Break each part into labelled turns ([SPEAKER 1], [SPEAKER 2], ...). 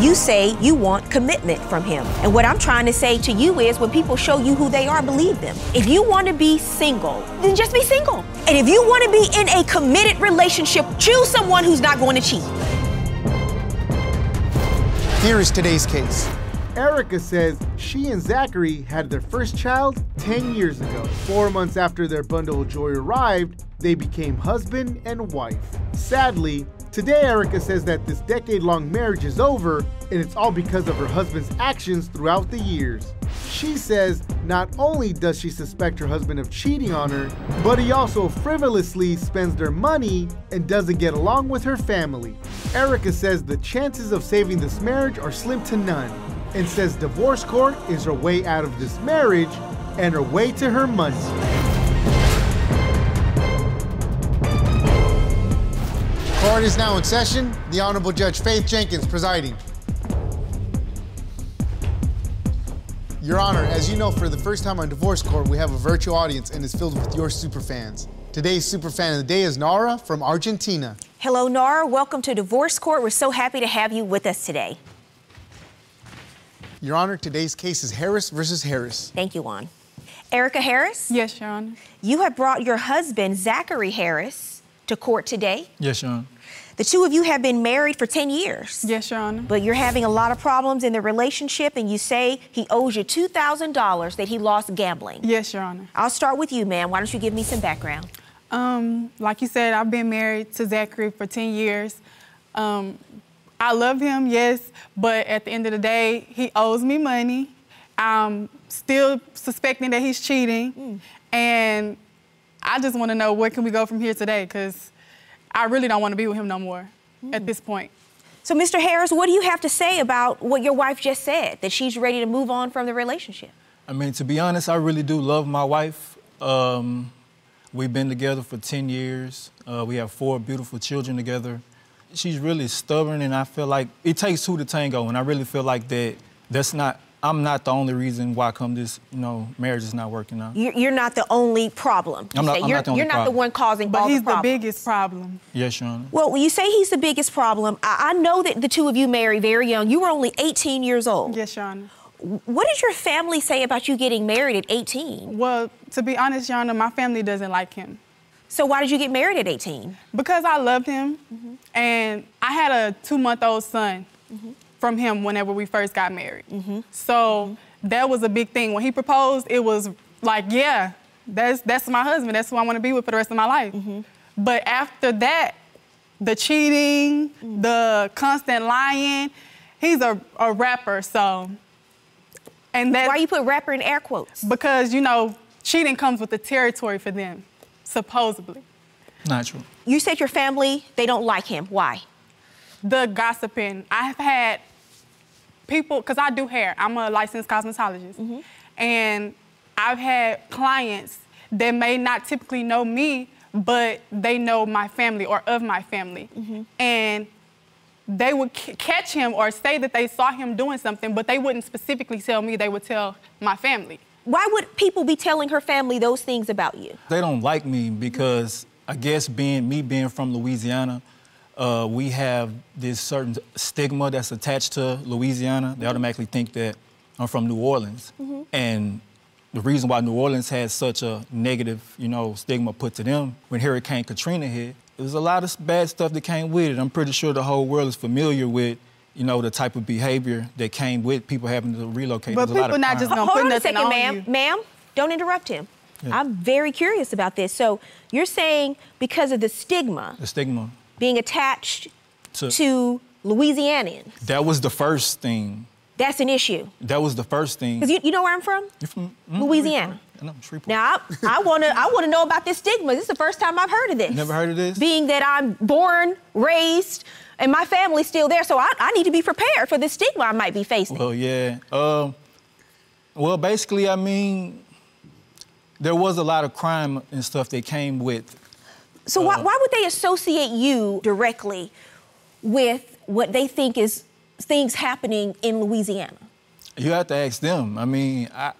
[SPEAKER 1] You say you want commitment from him. And what I'm trying to say to you is when people show you who they are, believe them. If you want to be single, then just be single. And if you want to be in a committed relationship, choose someone who's not going to cheat.
[SPEAKER 2] Here is today's case.
[SPEAKER 3] Erica says she and Zachary had their first child 10 years ago. Four months after their bundle of joy arrived, they became husband and wife. Sadly, today Erica says that this decade long marriage is over, and it's all because of her husband's actions throughout the years. She says not only does she suspect her husband of cheating on her, but he also frivolously spends their money and doesn't get along with her family. Erica says the chances of saving this marriage are slim to none, and says divorce court is her way out of this marriage and her way to her money.
[SPEAKER 2] Court is now in session. The Honorable Judge Faith Jenkins presiding. Your Honor, as you know, for the first time on Divorce Court, we have a virtual audience and it's filled with your superfans. Today's superfan of the day is Nara from Argentina.
[SPEAKER 1] Hello, Nara. Welcome to Divorce Court. We're so happy to have you with us today.
[SPEAKER 2] Your Honor, today's case is Harris versus Harris.
[SPEAKER 1] Thank you, Juan. Erica Harris,
[SPEAKER 4] Yes, Your Honor.
[SPEAKER 1] you have brought your husband, Zachary Harris, to court today.
[SPEAKER 5] Yes, Your Honor.
[SPEAKER 1] The two of you have been married for 10 years.
[SPEAKER 4] Yes, Your Honor.
[SPEAKER 1] But you're having a lot of problems in the relationship, and you say he owes you $2,000 that he lost gambling.
[SPEAKER 4] Yes, Your Honor.
[SPEAKER 1] I'll start with you, ma'am. Why don't you give me some background?
[SPEAKER 4] Um, like you said, I've been married to Zachary for 10 years. Um, I love him, yes, but at the end of the day, he owes me money. I'm still suspecting that he's cheating.
[SPEAKER 1] Hmm.
[SPEAKER 4] And I just want to know where can we go from here today because I really don't want to be with him no more
[SPEAKER 1] Hmm.
[SPEAKER 4] at this point.
[SPEAKER 1] So, Mr. Harris, what do you have to say about what your wife just said, that she's ready to move on from the relationship?
[SPEAKER 5] I mean, to be honest, I really do love my wife. Um, we've been together for 10 years. Uh, we have four beautiful children together. She's really stubborn, and I feel like it takes two to tango, and I really feel like that that's not, I'm not the only reason why come this, you know, marriage is not working out.
[SPEAKER 1] You're, you're not the only problem. You
[SPEAKER 5] I'm not-
[SPEAKER 1] say
[SPEAKER 5] I'm not
[SPEAKER 1] you're
[SPEAKER 5] the only
[SPEAKER 1] you're not the
[SPEAKER 5] problem.
[SPEAKER 1] one causing
[SPEAKER 4] But
[SPEAKER 1] all
[SPEAKER 4] he's
[SPEAKER 1] the
[SPEAKER 4] the,
[SPEAKER 1] problems.
[SPEAKER 4] biggest problem.
[SPEAKER 5] Yes, Your Honor.
[SPEAKER 1] Well, you say he's the biggest problem. I, I know that the two of you married very young. You were only 18 years old.
[SPEAKER 4] Yes, Your Honor.
[SPEAKER 1] What did your family say about you getting married at 18?
[SPEAKER 4] Well, to be honest, Your Honor, my family doesn't like him.
[SPEAKER 1] So why did you get married at 18?
[SPEAKER 4] Because I loved him,
[SPEAKER 1] Mm-hmm.
[SPEAKER 4] and I had a two month old son from him whenever we first got married.
[SPEAKER 1] Mm-hmm.
[SPEAKER 4] So that was a big thing. When he proposed, it was like, yeah, that's, that's my husband. That's who I want to be with for the rest of my life.
[SPEAKER 1] Mm-hmm.
[SPEAKER 4] But after that, the cheating,
[SPEAKER 1] Mm-hmm.
[SPEAKER 4] the constant lying, he's a, a rapper, so. And that's
[SPEAKER 1] Why you put rapper in air quotes?
[SPEAKER 4] because, you know, cheating comes with the territory for them, supposedly.
[SPEAKER 5] Not true.
[SPEAKER 1] You said your family, they don't like him. Why?
[SPEAKER 4] the gossiping. I've had people, because I do hair, I'm a licensed cosmetologist. And I've had clients that may not typically know me, but they know my family or of my family. And they would c- catch him or say that they saw him doing something, but they wouldn't specifically tell me, they would tell my family.
[SPEAKER 1] Why would people be telling her family those things about you?
[SPEAKER 5] They don't like me because I guess being me being from Louisiana, uh, we have this certain stigma that's attached to Louisiana. They automatically think that I'm from New Orleans,
[SPEAKER 4] Mm-hmm.
[SPEAKER 5] and the reason why New Orleans had such a negative, you know, stigma put to them when Hurricane Katrina hit, there was a lot of bad stuff that came with it. I'm pretty sure the whole world is familiar with. You know the type of behavior that came with people having to relocate.
[SPEAKER 4] But
[SPEAKER 5] There's a lot of
[SPEAKER 4] people not just
[SPEAKER 5] crime.
[SPEAKER 4] gonna
[SPEAKER 1] Hold
[SPEAKER 4] put
[SPEAKER 1] on a
[SPEAKER 4] nothing
[SPEAKER 1] second,
[SPEAKER 4] on
[SPEAKER 1] ma'am.
[SPEAKER 4] you.
[SPEAKER 1] Ma'am, don't interrupt him. I'm very curious about this. So you're saying because of the stigma
[SPEAKER 5] the stigma.
[SPEAKER 1] being attached
[SPEAKER 5] To-
[SPEAKER 1] to Louisianians,
[SPEAKER 5] That was the first thing.
[SPEAKER 1] that's an issue.
[SPEAKER 5] That was the first thing.
[SPEAKER 1] Because you, you know where I'm from?
[SPEAKER 5] You're from mm-hmm.
[SPEAKER 1] Louisiana.
[SPEAKER 5] I know, Shreveport.
[SPEAKER 1] Now I, I wanna I wanna know about this stigma. This is the first time I've heard of this.
[SPEAKER 5] Never heard of this?
[SPEAKER 1] Being that I'm born, raised, and my family's still there, so I, I need to be prepared for this stigma I might be facing.
[SPEAKER 5] well, Oh, yeah. Um, well, basically, I mean, there was a lot of crime and stuff that came with.
[SPEAKER 1] so why,
[SPEAKER 5] Uh.
[SPEAKER 1] why would they associate you directly with what they think is things happening in Louisiana?
[SPEAKER 5] You have to ask them. I mean, I,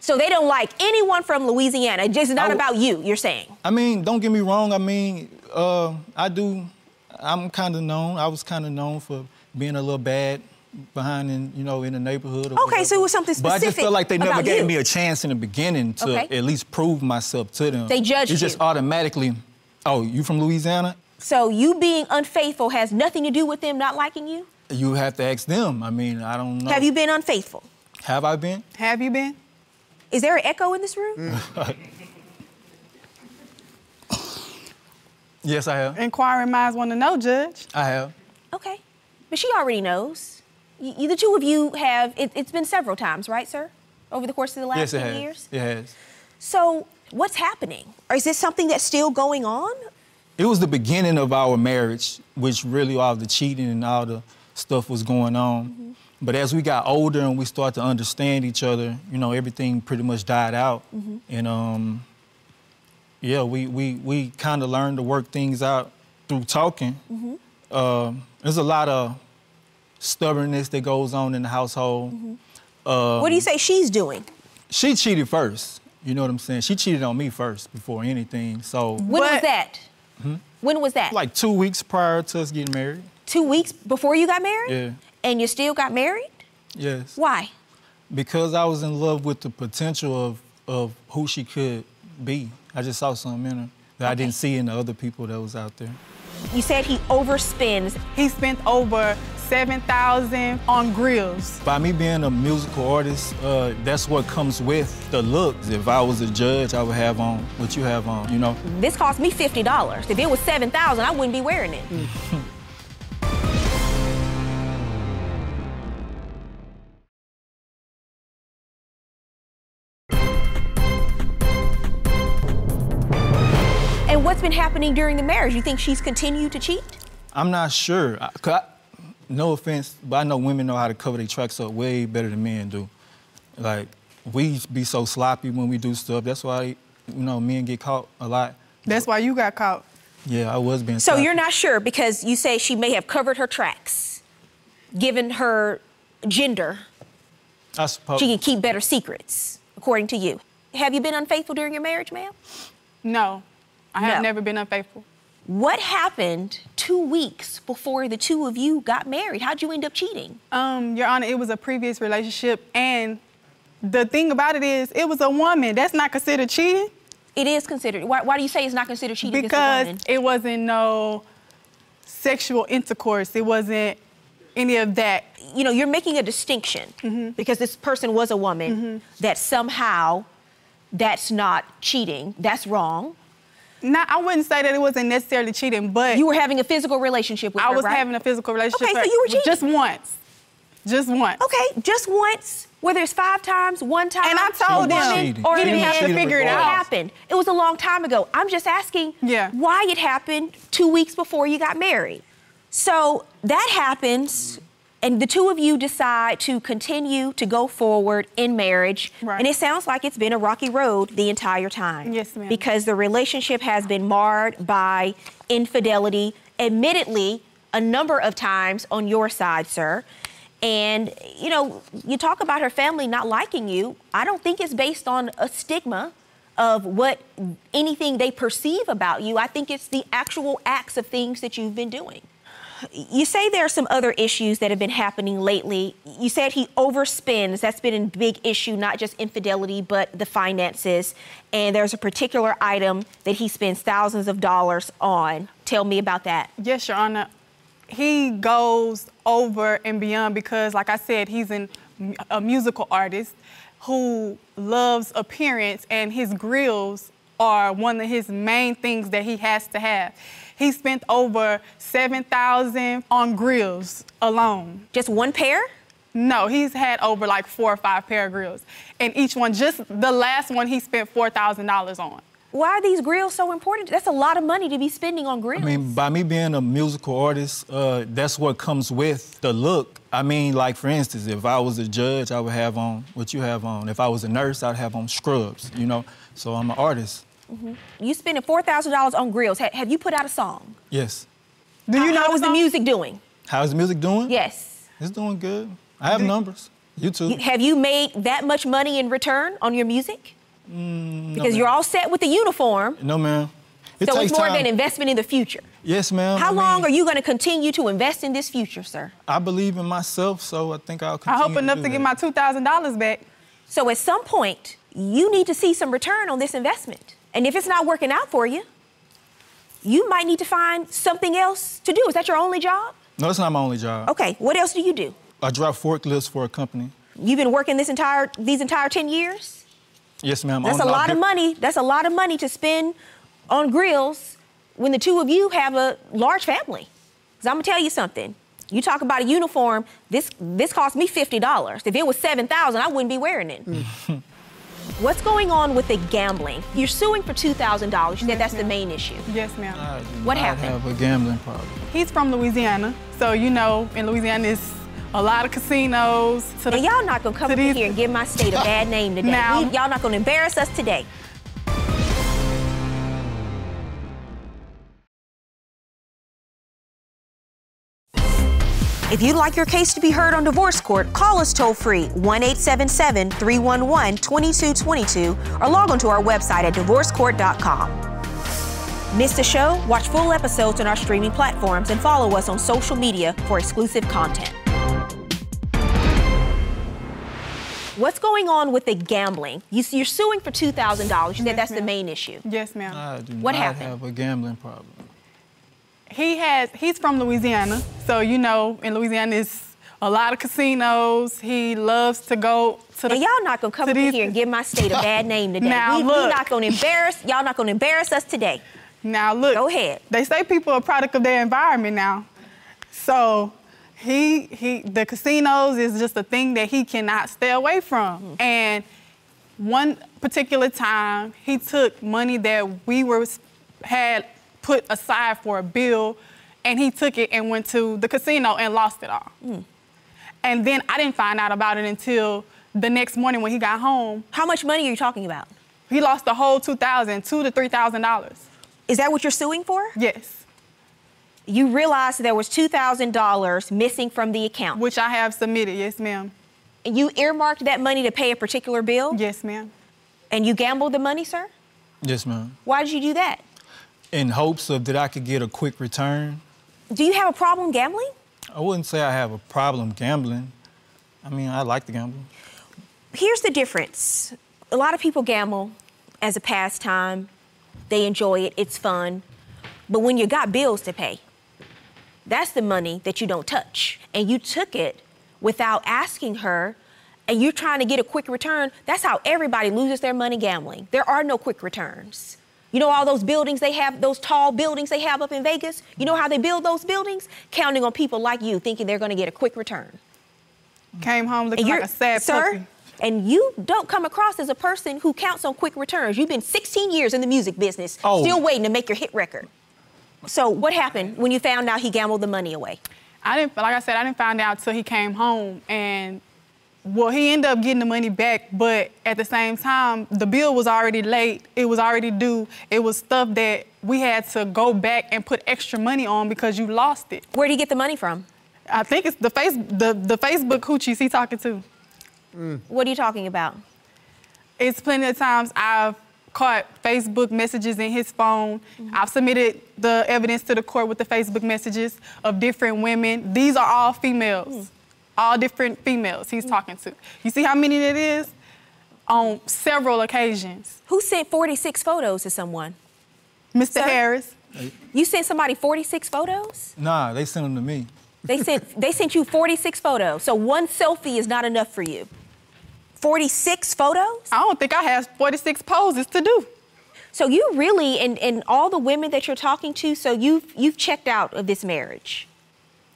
[SPEAKER 1] So they don't like anyone from Louisiana. It's just not
[SPEAKER 5] I w-
[SPEAKER 1] about you. You're saying.
[SPEAKER 5] I mean, don't get me wrong. I mean, uh, I do. I'm kind of known. I was kind of known for being a little bad, behind in you know in the neighborhood.
[SPEAKER 1] Okay,
[SPEAKER 5] Or whatever.
[SPEAKER 1] so it was something
[SPEAKER 5] But I just
[SPEAKER 1] specific
[SPEAKER 5] felt like they never
[SPEAKER 1] about
[SPEAKER 5] gave
[SPEAKER 1] you.
[SPEAKER 5] me a chance in the beginning to
[SPEAKER 1] Okay.
[SPEAKER 5] at least prove myself to them.
[SPEAKER 1] They judged
[SPEAKER 5] It's just
[SPEAKER 1] you.
[SPEAKER 5] automatically, oh, you from Louisiana?
[SPEAKER 1] So you being unfaithful has nothing to do with them not liking you?
[SPEAKER 5] You have to ask them. I mean, I don't know.
[SPEAKER 1] Have you been unfaithful?
[SPEAKER 5] Have I been?
[SPEAKER 4] Have you been?
[SPEAKER 1] Is there an echo in this room?
[SPEAKER 5] Mm. Yes, I have.
[SPEAKER 4] Inquiring minds want to know, Judge.
[SPEAKER 5] I have.
[SPEAKER 1] Okay. But she already knows. Y- y- the two of you have, it, it's been several times, right, sir? Over the course of the last
[SPEAKER 5] yes, it
[SPEAKER 1] few
[SPEAKER 5] has.
[SPEAKER 1] years?
[SPEAKER 5] It has.
[SPEAKER 1] So what's happening? Or is this something that's still going on?
[SPEAKER 5] It was the beginning of our marriage, which really all the cheating and all the stuff was going on. But as we got older and we started to understand each other, you know, everything pretty much died out. And um, yeah, we we we kind of learned to work things out through talking. Um, there's a lot of stubbornness that goes on in the household. Um,
[SPEAKER 1] what do you say she's doing?
[SPEAKER 5] She cheated first. You know what I'm saying? She cheated on me first before anything. So
[SPEAKER 1] When was
[SPEAKER 4] What?
[SPEAKER 1] that? When was that?
[SPEAKER 5] Hmm? like two weeks prior to us getting married.
[SPEAKER 1] two weeks before you got married?
[SPEAKER 5] Yeah.
[SPEAKER 1] And you still got married?
[SPEAKER 5] Yes.
[SPEAKER 1] Why?
[SPEAKER 5] Because I was in love with the potential of of who she could be. I just saw something in her that I didn't see in the other people that was out there.
[SPEAKER 1] You said he overspends.
[SPEAKER 4] He spent over 7000 on grills.
[SPEAKER 5] By me being a musical artist, uh, that's what comes with the looks. If I was a judge, I would have on what you have on, you know?
[SPEAKER 1] This cost me $50. If it was 7000 I wouldn't be wearing it.
[SPEAKER 5] Hmm.
[SPEAKER 1] And what's been happening during the marriage? You think she's continued to cheat?
[SPEAKER 5] I'm not sure. I, 'cause I- no offense, but I know women know how to cover their tracks up way better than men do. Like, we be so sloppy when we do stuff. That's why, you know, men get caught a lot.
[SPEAKER 4] That's why you got caught.
[SPEAKER 5] Yeah, I was being
[SPEAKER 1] So
[SPEAKER 5] sloppy.
[SPEAKER 1] you're not sure because you say she may have covered her tracks, given her gender.
[SPEAKER 5] I suppose.
[SPEAKER 1] She can keep better secrets, according to you. Have you been unfaithful during your marriage, ma'am?
[SPEAKER 4] No, I have
[SPEAKER 1] No.
[SPEAKER 4] never been unfaithful.
[SPEAKER 1] What happened two weeks before the two of you got married? How'd you end up cheating?
[SPEAKER 4] Um, Your Honor, it was a previous relationship, and the thing about it is, it was a woman. That's not considered cheating
[SPEAKER 1] It is considered. Why, why do you say it's not considered cheating? if it's a
[SPEAKER 4] because
[SPEAKER 1] woman?
[SPEAKER 4] it wasn't no sexual intercourse. It wasn't any of that.
[SPEAKER 1] you know, you're making a distinction
[SPEAKER 4] Mm-hmm.
[SPEAKER 1] because this person was a woman that somehow that's not cheating. That's wrong.
[SPEAKER 4] Not, I wouldn't say that it wasn't necessarily cheating, but
[SPEAKER 1] You were having a physical relationship with
[SPEAKER 4] I
[SPEAKER 1] her,
[SPEAKER 4] was
[SPEAKER 1] right?
[SPEAKER 4] having a physical relationship.
[SPEAKER 1] Okay, so
[SPEAKER 4] with-
[SPEAKER 1] you were
[SPEAKER 4] Just
[SPEAKER 1] cheating.
[SPEAKER 4] once. Just once.
[SPEAKER 1] Okay, just once, whether it's five times, one time.
[SPEAKER 4] And I told
[SPEAKER 1] a
[SPEAKER 4] them,
[SPEAKER 1] woman,
[SPEAKER 5] Cheating.
[SPEAKER 1] or
[SPEAKER 5] He
[SPEAKER 1] it
[SPEAKER 5] didn't have to
[SPEAKER 1] happened.
[SPEAKER 5] figure it out.
[SPEAKER 1] It happened. It was a long time ago. I'm just asking
[SPEAKER 4] Yeah.
[SPEAKER 1] why it happened two weeks before you got married. So that happens, and the two of you decide to continue to go forward in marriage.
[SPEAKER 4] Right.
[SPEAKER 1] And it sounds like it's been a rocky road the entire time.
[SPEAKER 4] Yes, ma'am.
[SPEAKER 1] Because the relationship has been marred by infidelity, admittedly, a number of times on your side, sir. And, you know, you talk about her family not liking you. I don't think it's based on a stigma of what anything they perceive about you. I think it's the actual acts of things that you've been doing. You say there are some other issues that have been happening lately. You said he overspends. That's been a big issue, not just infidelity, but the finances. And there's a particular item that he spends thousands of dollars on. Tell me about that.
[SPEAKER 4] Yes, Your Honor. He goes over and beyond because, like I said, he's an, a musical artist who loves appearance, and his grills are one of his main things that he has to have. He spent over seven thousand on grills alone.
[SPEAKER 1] Just one pair?
[SPEAKER 4] No, he's had over like four or five pair of grills, and each one, just the last one, he spent four thousand dollars on.
[SPEAKER 1] Why are these grills so important? That's a lot of money to be spending on grills.
[SPEAKER 5] I mean, by me being a musical artist, uh, that's what comes with the look. I mean, like for instance, if I was a judge, I would have on what you have on. If I was a nurse, I'd have on scrubs. You know, so I'm an artist.
[SPEAKER 1] you spending four thousand dollars on grills. Ha- have you put out a song?
[SPEAKER 5] Yes.
[SPEAKER 4] Do you know
[SPEAKER 1] how is the
[SPEAKER 4] song?
[SPEAKER 1] music doing?
[SPEAKER 5] How's the music doing?
[SPEAKER 1] Yes.
[SPEAKER 5] It's doing good. I have numbers. You too.
[SPEAKER 1] You- Have you made that much money in return on your music? because you're all set with the uniform.
[SPEAKER 5] no, man. It
[SPEAKER 1] so
[SPEAKER 5] takes
[SPEAKER 1] it's more
[SPEAKER 5] time.
[SPEAKER 1] of an investment in the future.
[SPEAKER 5] Yes, ma'am.
[SPEAKER 1] How
[SPEAKER 5] I mean,
[SPEAKER 1] long are you going to continue to invest in this future, sir?
[SPEAKER 5] I believe in myself, so I think I'll
[SPEAKER 4] I
[SPEAKER 5] continue.
[SPEAKER 4] hope enough
[SPEAKER 5] do
[SPEAKER 4] to get
[SPEAKER 5] that.
[SPEAKER 4] my two thousand dollars back.
[SPEAKER 1] So at some point, you need to see some return on this investment. And if it's not working out for you, you might need to find something else to do. Is that your only job?
[SPEAKER 5] No, that's not my only job.
[SPEAKER 1] Okay, what else do you do?
[SPEAKER 5] I drive forklifts for a company.
[SPEAKER 1] You've been working this entire these entire 10 years?
[SPEAKER 5] Yes, ma'am. I
[SPEAKER 1] That's a
[SPEAKER 5] own about
[SPEAKER 1] lot of
[SPEAKER 5] fif-
[SPEAKER 1] money. That's a lot of money to spend on grills when the two of you have a large family. Cuz I'm going to tell you something. You talk about a uniform, this this cost me $50. If it was 7,000, I wouldn't be wearing it. What's going on with the gambling? You're suing for $2,000. You said that's the main issue.
[SPEAKER 4] Yes, ma'am.
[SPEAKER 5] I do
[SPEAKER 1] What
[SPEAKER 5] not
[SPEAKER 1] happened?
[SPEAKER 5] have a gambling problem.
[SPEAKER 4] He's from Louisiana, so you know in Louisiana it's a lot of casinos. To the,
[SPEAKER 1] And y'all not gonna come
[SPEAKER 4] to
[SPEAKER 1] up in
[SPEAKER 4] these-
[SPEAKER 1] here and give my state a bad name today.
[SPEAKER 4] Now.
[SPEAKER 1] We- y'all not gonna embarrass us today. If you'd like your case to be heard on divorce court, call us toll free 1 877 311 2222 or log on to our website at divorcecourt.com. Miss the show? Watch full episodes on our streaming platforms and follow us on social media for exclusive content. What's going on with the gambling? You, you're suing for two thousand dollars. You said that's the main issue.
[SPEAKER 4] Yes, ma'am.
[SPEAKER 5] I do
[SPEAKER 1] What
[SPEAKER 5] not
[SPEAKER 1] happened?
[SPEAKER 5] have a gambling problem.
[SPEAKER 4] He has. He's from Louisiana, so you know in Louisiana it's a lot of casinos. He loves to go to the.
[SPEAKER 1] And y'all not gonna come
[SPEAKER 4] to
[SPEAKER 1] up in
[SPEAKER 4] these-
[SPEAKER 1] here and give my state a bad name today.
[SPEAKER 4] Now,
[SPEAKER 1] we, we
[SPEAKER 4] look.
[SPEAKER 1] not gonna embarrass y'all. Not gonna embarrass us today.
[SPEAKER 4] Now look.
[SPEAKER 1] Go ahead.
[SPEAKER 4] They say people are a product of their environment now. So he he the casinos is just a thing that he cannot stay away from.
[SPEAKER 1] Mm-hmm.
[SPEAKER 4] And one particular time he took money that we were had put aside for a bill and he took it and went to the casino and lost it all.
[SPEAKER 1] Mm.
[SPEAKER 4] And then I didn't find out about it until the next morning when he got home.
[SPEAKER 1] How much money are you talking about?
[SPEAKER 4] He lost the whole two thousand, two to three thousand dollars.
[SPEAKER 1] Is that what you're suing for?
[SPEAKER 4] Yes.
[SPEAKER 1] You realized there was two thousand dollars missing from the account.
[SPEAKER 4] Which I have submitted, yes, ma'am.
[SPEAKER 1] And you earmarked that money to pay a particular bill,
[SPEAKER 4] Yes, ma'am.
[SPEAKER 1] and you gambled the money, sir.
[SPEAKER 5] Yes, ma'am.
[SPEAKER 1] Why did you do that?
[SPEAKER 5] In hopes of that I could get a quick return.
[SPEAKER 1] Do you have a problem gambling?
[SPEAKER 5] I wouldn't say I have a problem gambling. I mean, I like to gamble.
[SPEAKER 1] here's the difference a lot of people gamble as a pastime they enjoy it it's fun but when you got bills to pay that's the money that you don't touch and you took it without asking her and you're trying to get a quick return that's how everybody loses their money gambling there are no quick returns you know all those buildings they have those tall buildings they have up in vegas you know how they build those buildings counting on people like you thinking they're going to get a quick return
[SPEAKER 4] Came home looking
[SPEAKER 1] and you're
[SPEAKER 4] like a sad
[SPEAKER 1] sir,
[SPEAKER 4] puppy.
[SPEAKER 1] and you don't come across as a person who counts on quick returns. You've been 16 years in the music business,
[SPEAKER 5] Oh.
[SPEAKER 1] still waiting to make your hit record. So what happened when you found out he gambled the money away?
[SPEAKER 4] I didn't, like I said, I didn't find out till he came home, and well, he ended up getting the money back, but at the same time, the bill was already late. It was already due. It was stuff that we had to go back and put extra money on because you lost it.
[SPEAKER 1] Where did he get the money from?
[SPEAKER 4] I think it's the face, the, the Facebook hoochies he talking to.
[SPEAKER 1] What are you talking about?
[SPEAKER 4] It's plenty of times I've caught Facebook messages in his phone.
[SPEAKER 1] Mm-hmm.
[SPEAKER 4] I've submitted the evidence to the court with the Facebook messages of different women. These are all females,
[SPEAKER 1] Hmm.
[SPEAKER 4] all different females he's talking to. You see how many it is? On several occasions.
[SPEAKER 1] Who sent 46 photos to someone?
[SPEAKER 4] Mr.
[SPEAKER 1] Sir?
[SPEAKER 4] Harris,
[SPEAKER 1] You sent somebody 46 photos?
[SPEAKER 5] Nah, they sent them to me.
[SPEAKER 1] They sent they sent you 46 photos. So one selfie is not enough for you. 46 photos?
[SPEAKER 4] I don't think I have 46 poses to do.
[SPEAKER 1] So you really and, and all the women that you're talking to, so you've you've checked out of this marriage.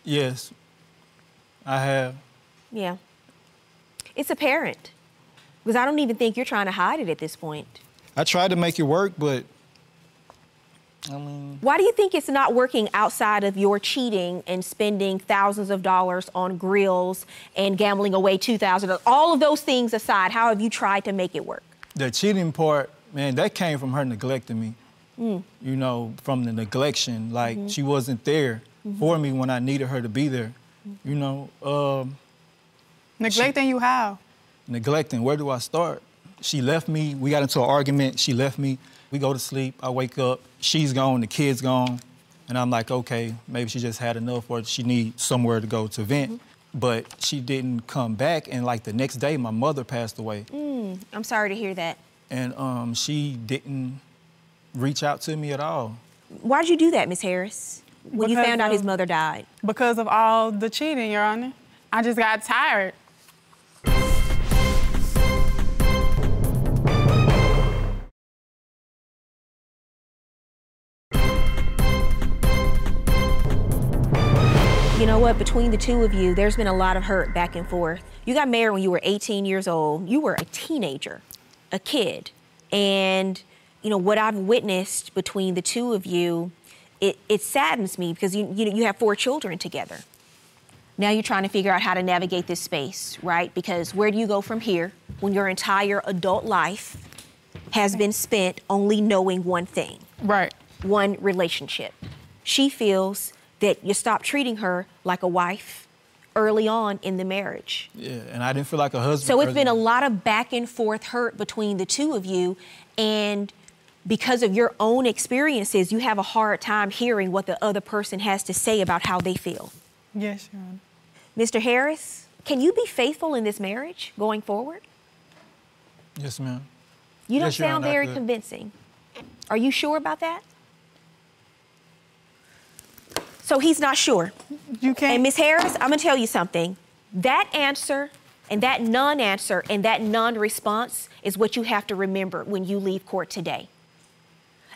[SPEAKER 5] Yes, I have.
[SPEAKER 1] Yeah. It's apparent. Because I don't even think you're trying to hide it at this point.
[SPEAKER 5] I tried to make it work, but I mean,
[SPEAKER 1] Why do you think it's not working outside of your cheating and spending thousands of dollars on grills and gambling away 2000 all of those things aside, how have you tried to make it work?
[SPEAKER 5] the cheating part, man, that came from her neglecting me.
[SPEAKER 1] Mm.
[SPEAKER 5] You know, from the neglection, like
[SPEAKER 1] Mm-hmm.
[SPEAKER 5] she wasn't there for me when I needed her to be there. You know, um,
[SPEAKER 4] Neglecting you how?
[SPEAKER 5] neglecting. Where do I start? She left me. We got into an argument. She left me. We go to sleep. I wake up. She's gone. The kid's gone. And I'm like, okay, maybe she just had enough or she needs somewhere to go to vent. But she didn't come back. And like the next day, my mother passed away.
[SPEAKER 1] I'm sorry to hear that.
[SPEAKER 5] And um, she didn't reach out to me at all.
[SPEAKER 1] Why'd you do that, Miss Harris? When you
[SPEAKER 4] Because,
[SPEAKER 1] found out his
[SPEAKER 4] um,
[SPEAKER 1] mother died.
[SPEAKER 4] because of all the cheating, Your Honor. I just got tired.
[SPEAKER 1] You know what? Between the two of you, there's been a lot of hurt back and forth. You got married when you were 18 years old. You were a teenager, a kid. And, you know, what I've witnessed between the two of you, it, it saddens me because you, you, you have four children together. Now you're trying to figure out how to navigate this space, right? Because where do you go from here when your entire adult life has been spent only knowing one thing?
[SPEAKER 4] Right.
[SPEAKER 1] one relationship. She feels that you stop treating her like a wife early on in the marriage.
[SPEAKER 5] Yeah, and I didn't feel like a husband.
[SPEAKER 1] So it's been a
[SPEAKER 5] earlier.
[SPEAKER 1] lot of back and forth hurt between the two of you. And because of your own experiences, you have a hard time hearing what the other person has to say about how they feel.
[SPEAKER 4] Yes, Your Honor.
[SPEAKER 1] Mr. Harris, can you be faithful in this marriage going forward?
[SPEAKER 5] Yes, ma'am.
[SPEAKER 1] You don't
[SPEAKER 5] Yes, Your
[SPEAKER 1] sound
[SPEAKER 5] Honor, I
[SPEAKER 1] very
[SPEAKER 5] could.
[SPEAKER 1] convincing. Are you sure about that? So he's not sure.
[SPEAKER 4] You can't.
[SPEAKER 1] And Miss Harris, I'm gonna tell you something. That answer and that non-answer and that non-response is what you have to remember when you leave court today.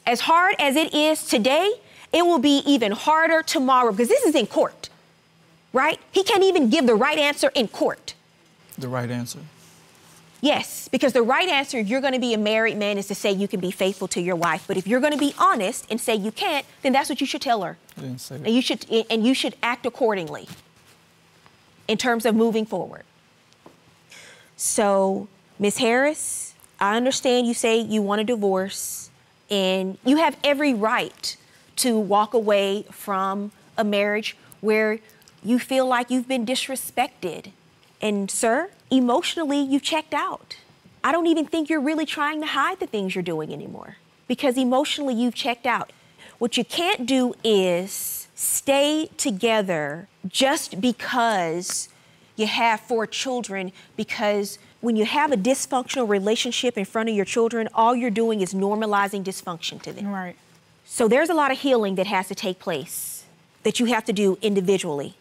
[SPEAKER 1] As hard as it is today, it will be even harder tomorrow because this is in court, right? He can't even give the right answer in court.
[SPEAKER 5] The right answer.
[SPEAKER 1] Yes, because the right answer if you're going to be a married man is to say you can be faithful to your wife. But if you're going to be honest and say you can't, then that's what you should tell her.
[SPEAKER 5] I didn't say that.
[SPEAKER 1] And you should and you should act accordingly in terms of moving forward. So, Ms. Harris, I understand you say you want a divorce and you have every right to walk away from a marriage where you feel like you've been disrespected. And sir, emotionally you've checked out. I don't even think you're really trying to hide the things you're doing anymore because emotionally you've checked out. What you can't do is stay together just because you have four children because when you have a dysfunctional relationship in front of your children, all you're doing is normalizing dysfunction to them.
[SPEAKER 4] Right.
[SPEAKER 1] So there's a lot of healing that has to take place that you have to do individually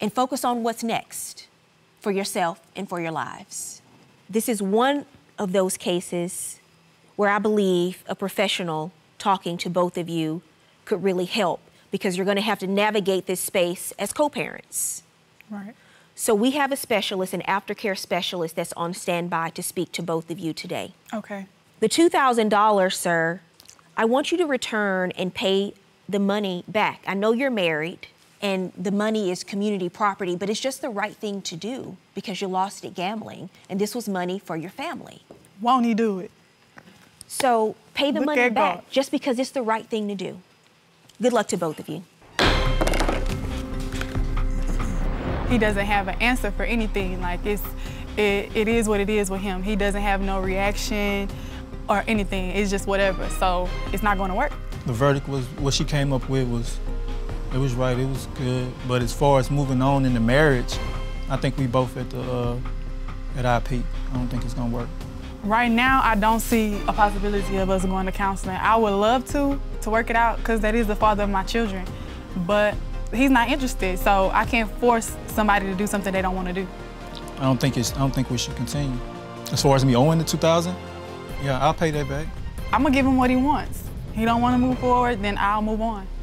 [SPEAKER 1] and focus on what's next for yourself and for your lives. This is one of those cases where I believe a professional talking to both of you could really help because you're going to have to navigate this space as co parents.
[SPEAKER 4] Right.
[SPEAKER 1] So we have a specialist, an aftercare specialist that's on standby to speak to both of you today.
[SPEAKER 4] Okay.
[SPEAKER 1] The $2,000, sir, I want you to return and pay the money back. I know you're married and the money is community property, but it's just the right thing to do because you lost it gambling and this was money for your family.
[SPEAKER 4] Won't he do it?
[SPEAKER 1] So pay the
[SPEAKER 4] Look
[SPEAKER 1] money
[SPEAKER 4] at
[SPEAKER 1] back
[SPEAKER 4] God.
[SPEAKER 1] just because it's the right thing to do. Good luck to both of you.
[SPEAKER 4] He doesn't have an answer for anything. Like it's, it, it is what it is with him. He doesn't have no reaction or anything. It's just whatever. So it's not going to work.
[SPEAKER 5] The verdict was what she came up with was it was right, it was good. But as far as moving on in the marriage, I think we both at the uh, at IP. I don't think it's gonna work.
[SPEAKER 4] Right now, I don't see a possibility of us going to counseling. I would love to to work it out because that is the father of my children, but he's not interested. So I can't force somebody to do something they don't want to do.
[SPEAKER 5] I don't think it's I don't think we should continue. As far as me owing the two thousand, yeah, I'll pay that back.
[SPEAKER 4] I'm gonna give him what he wants. He don't want to move forward, then I'll move on.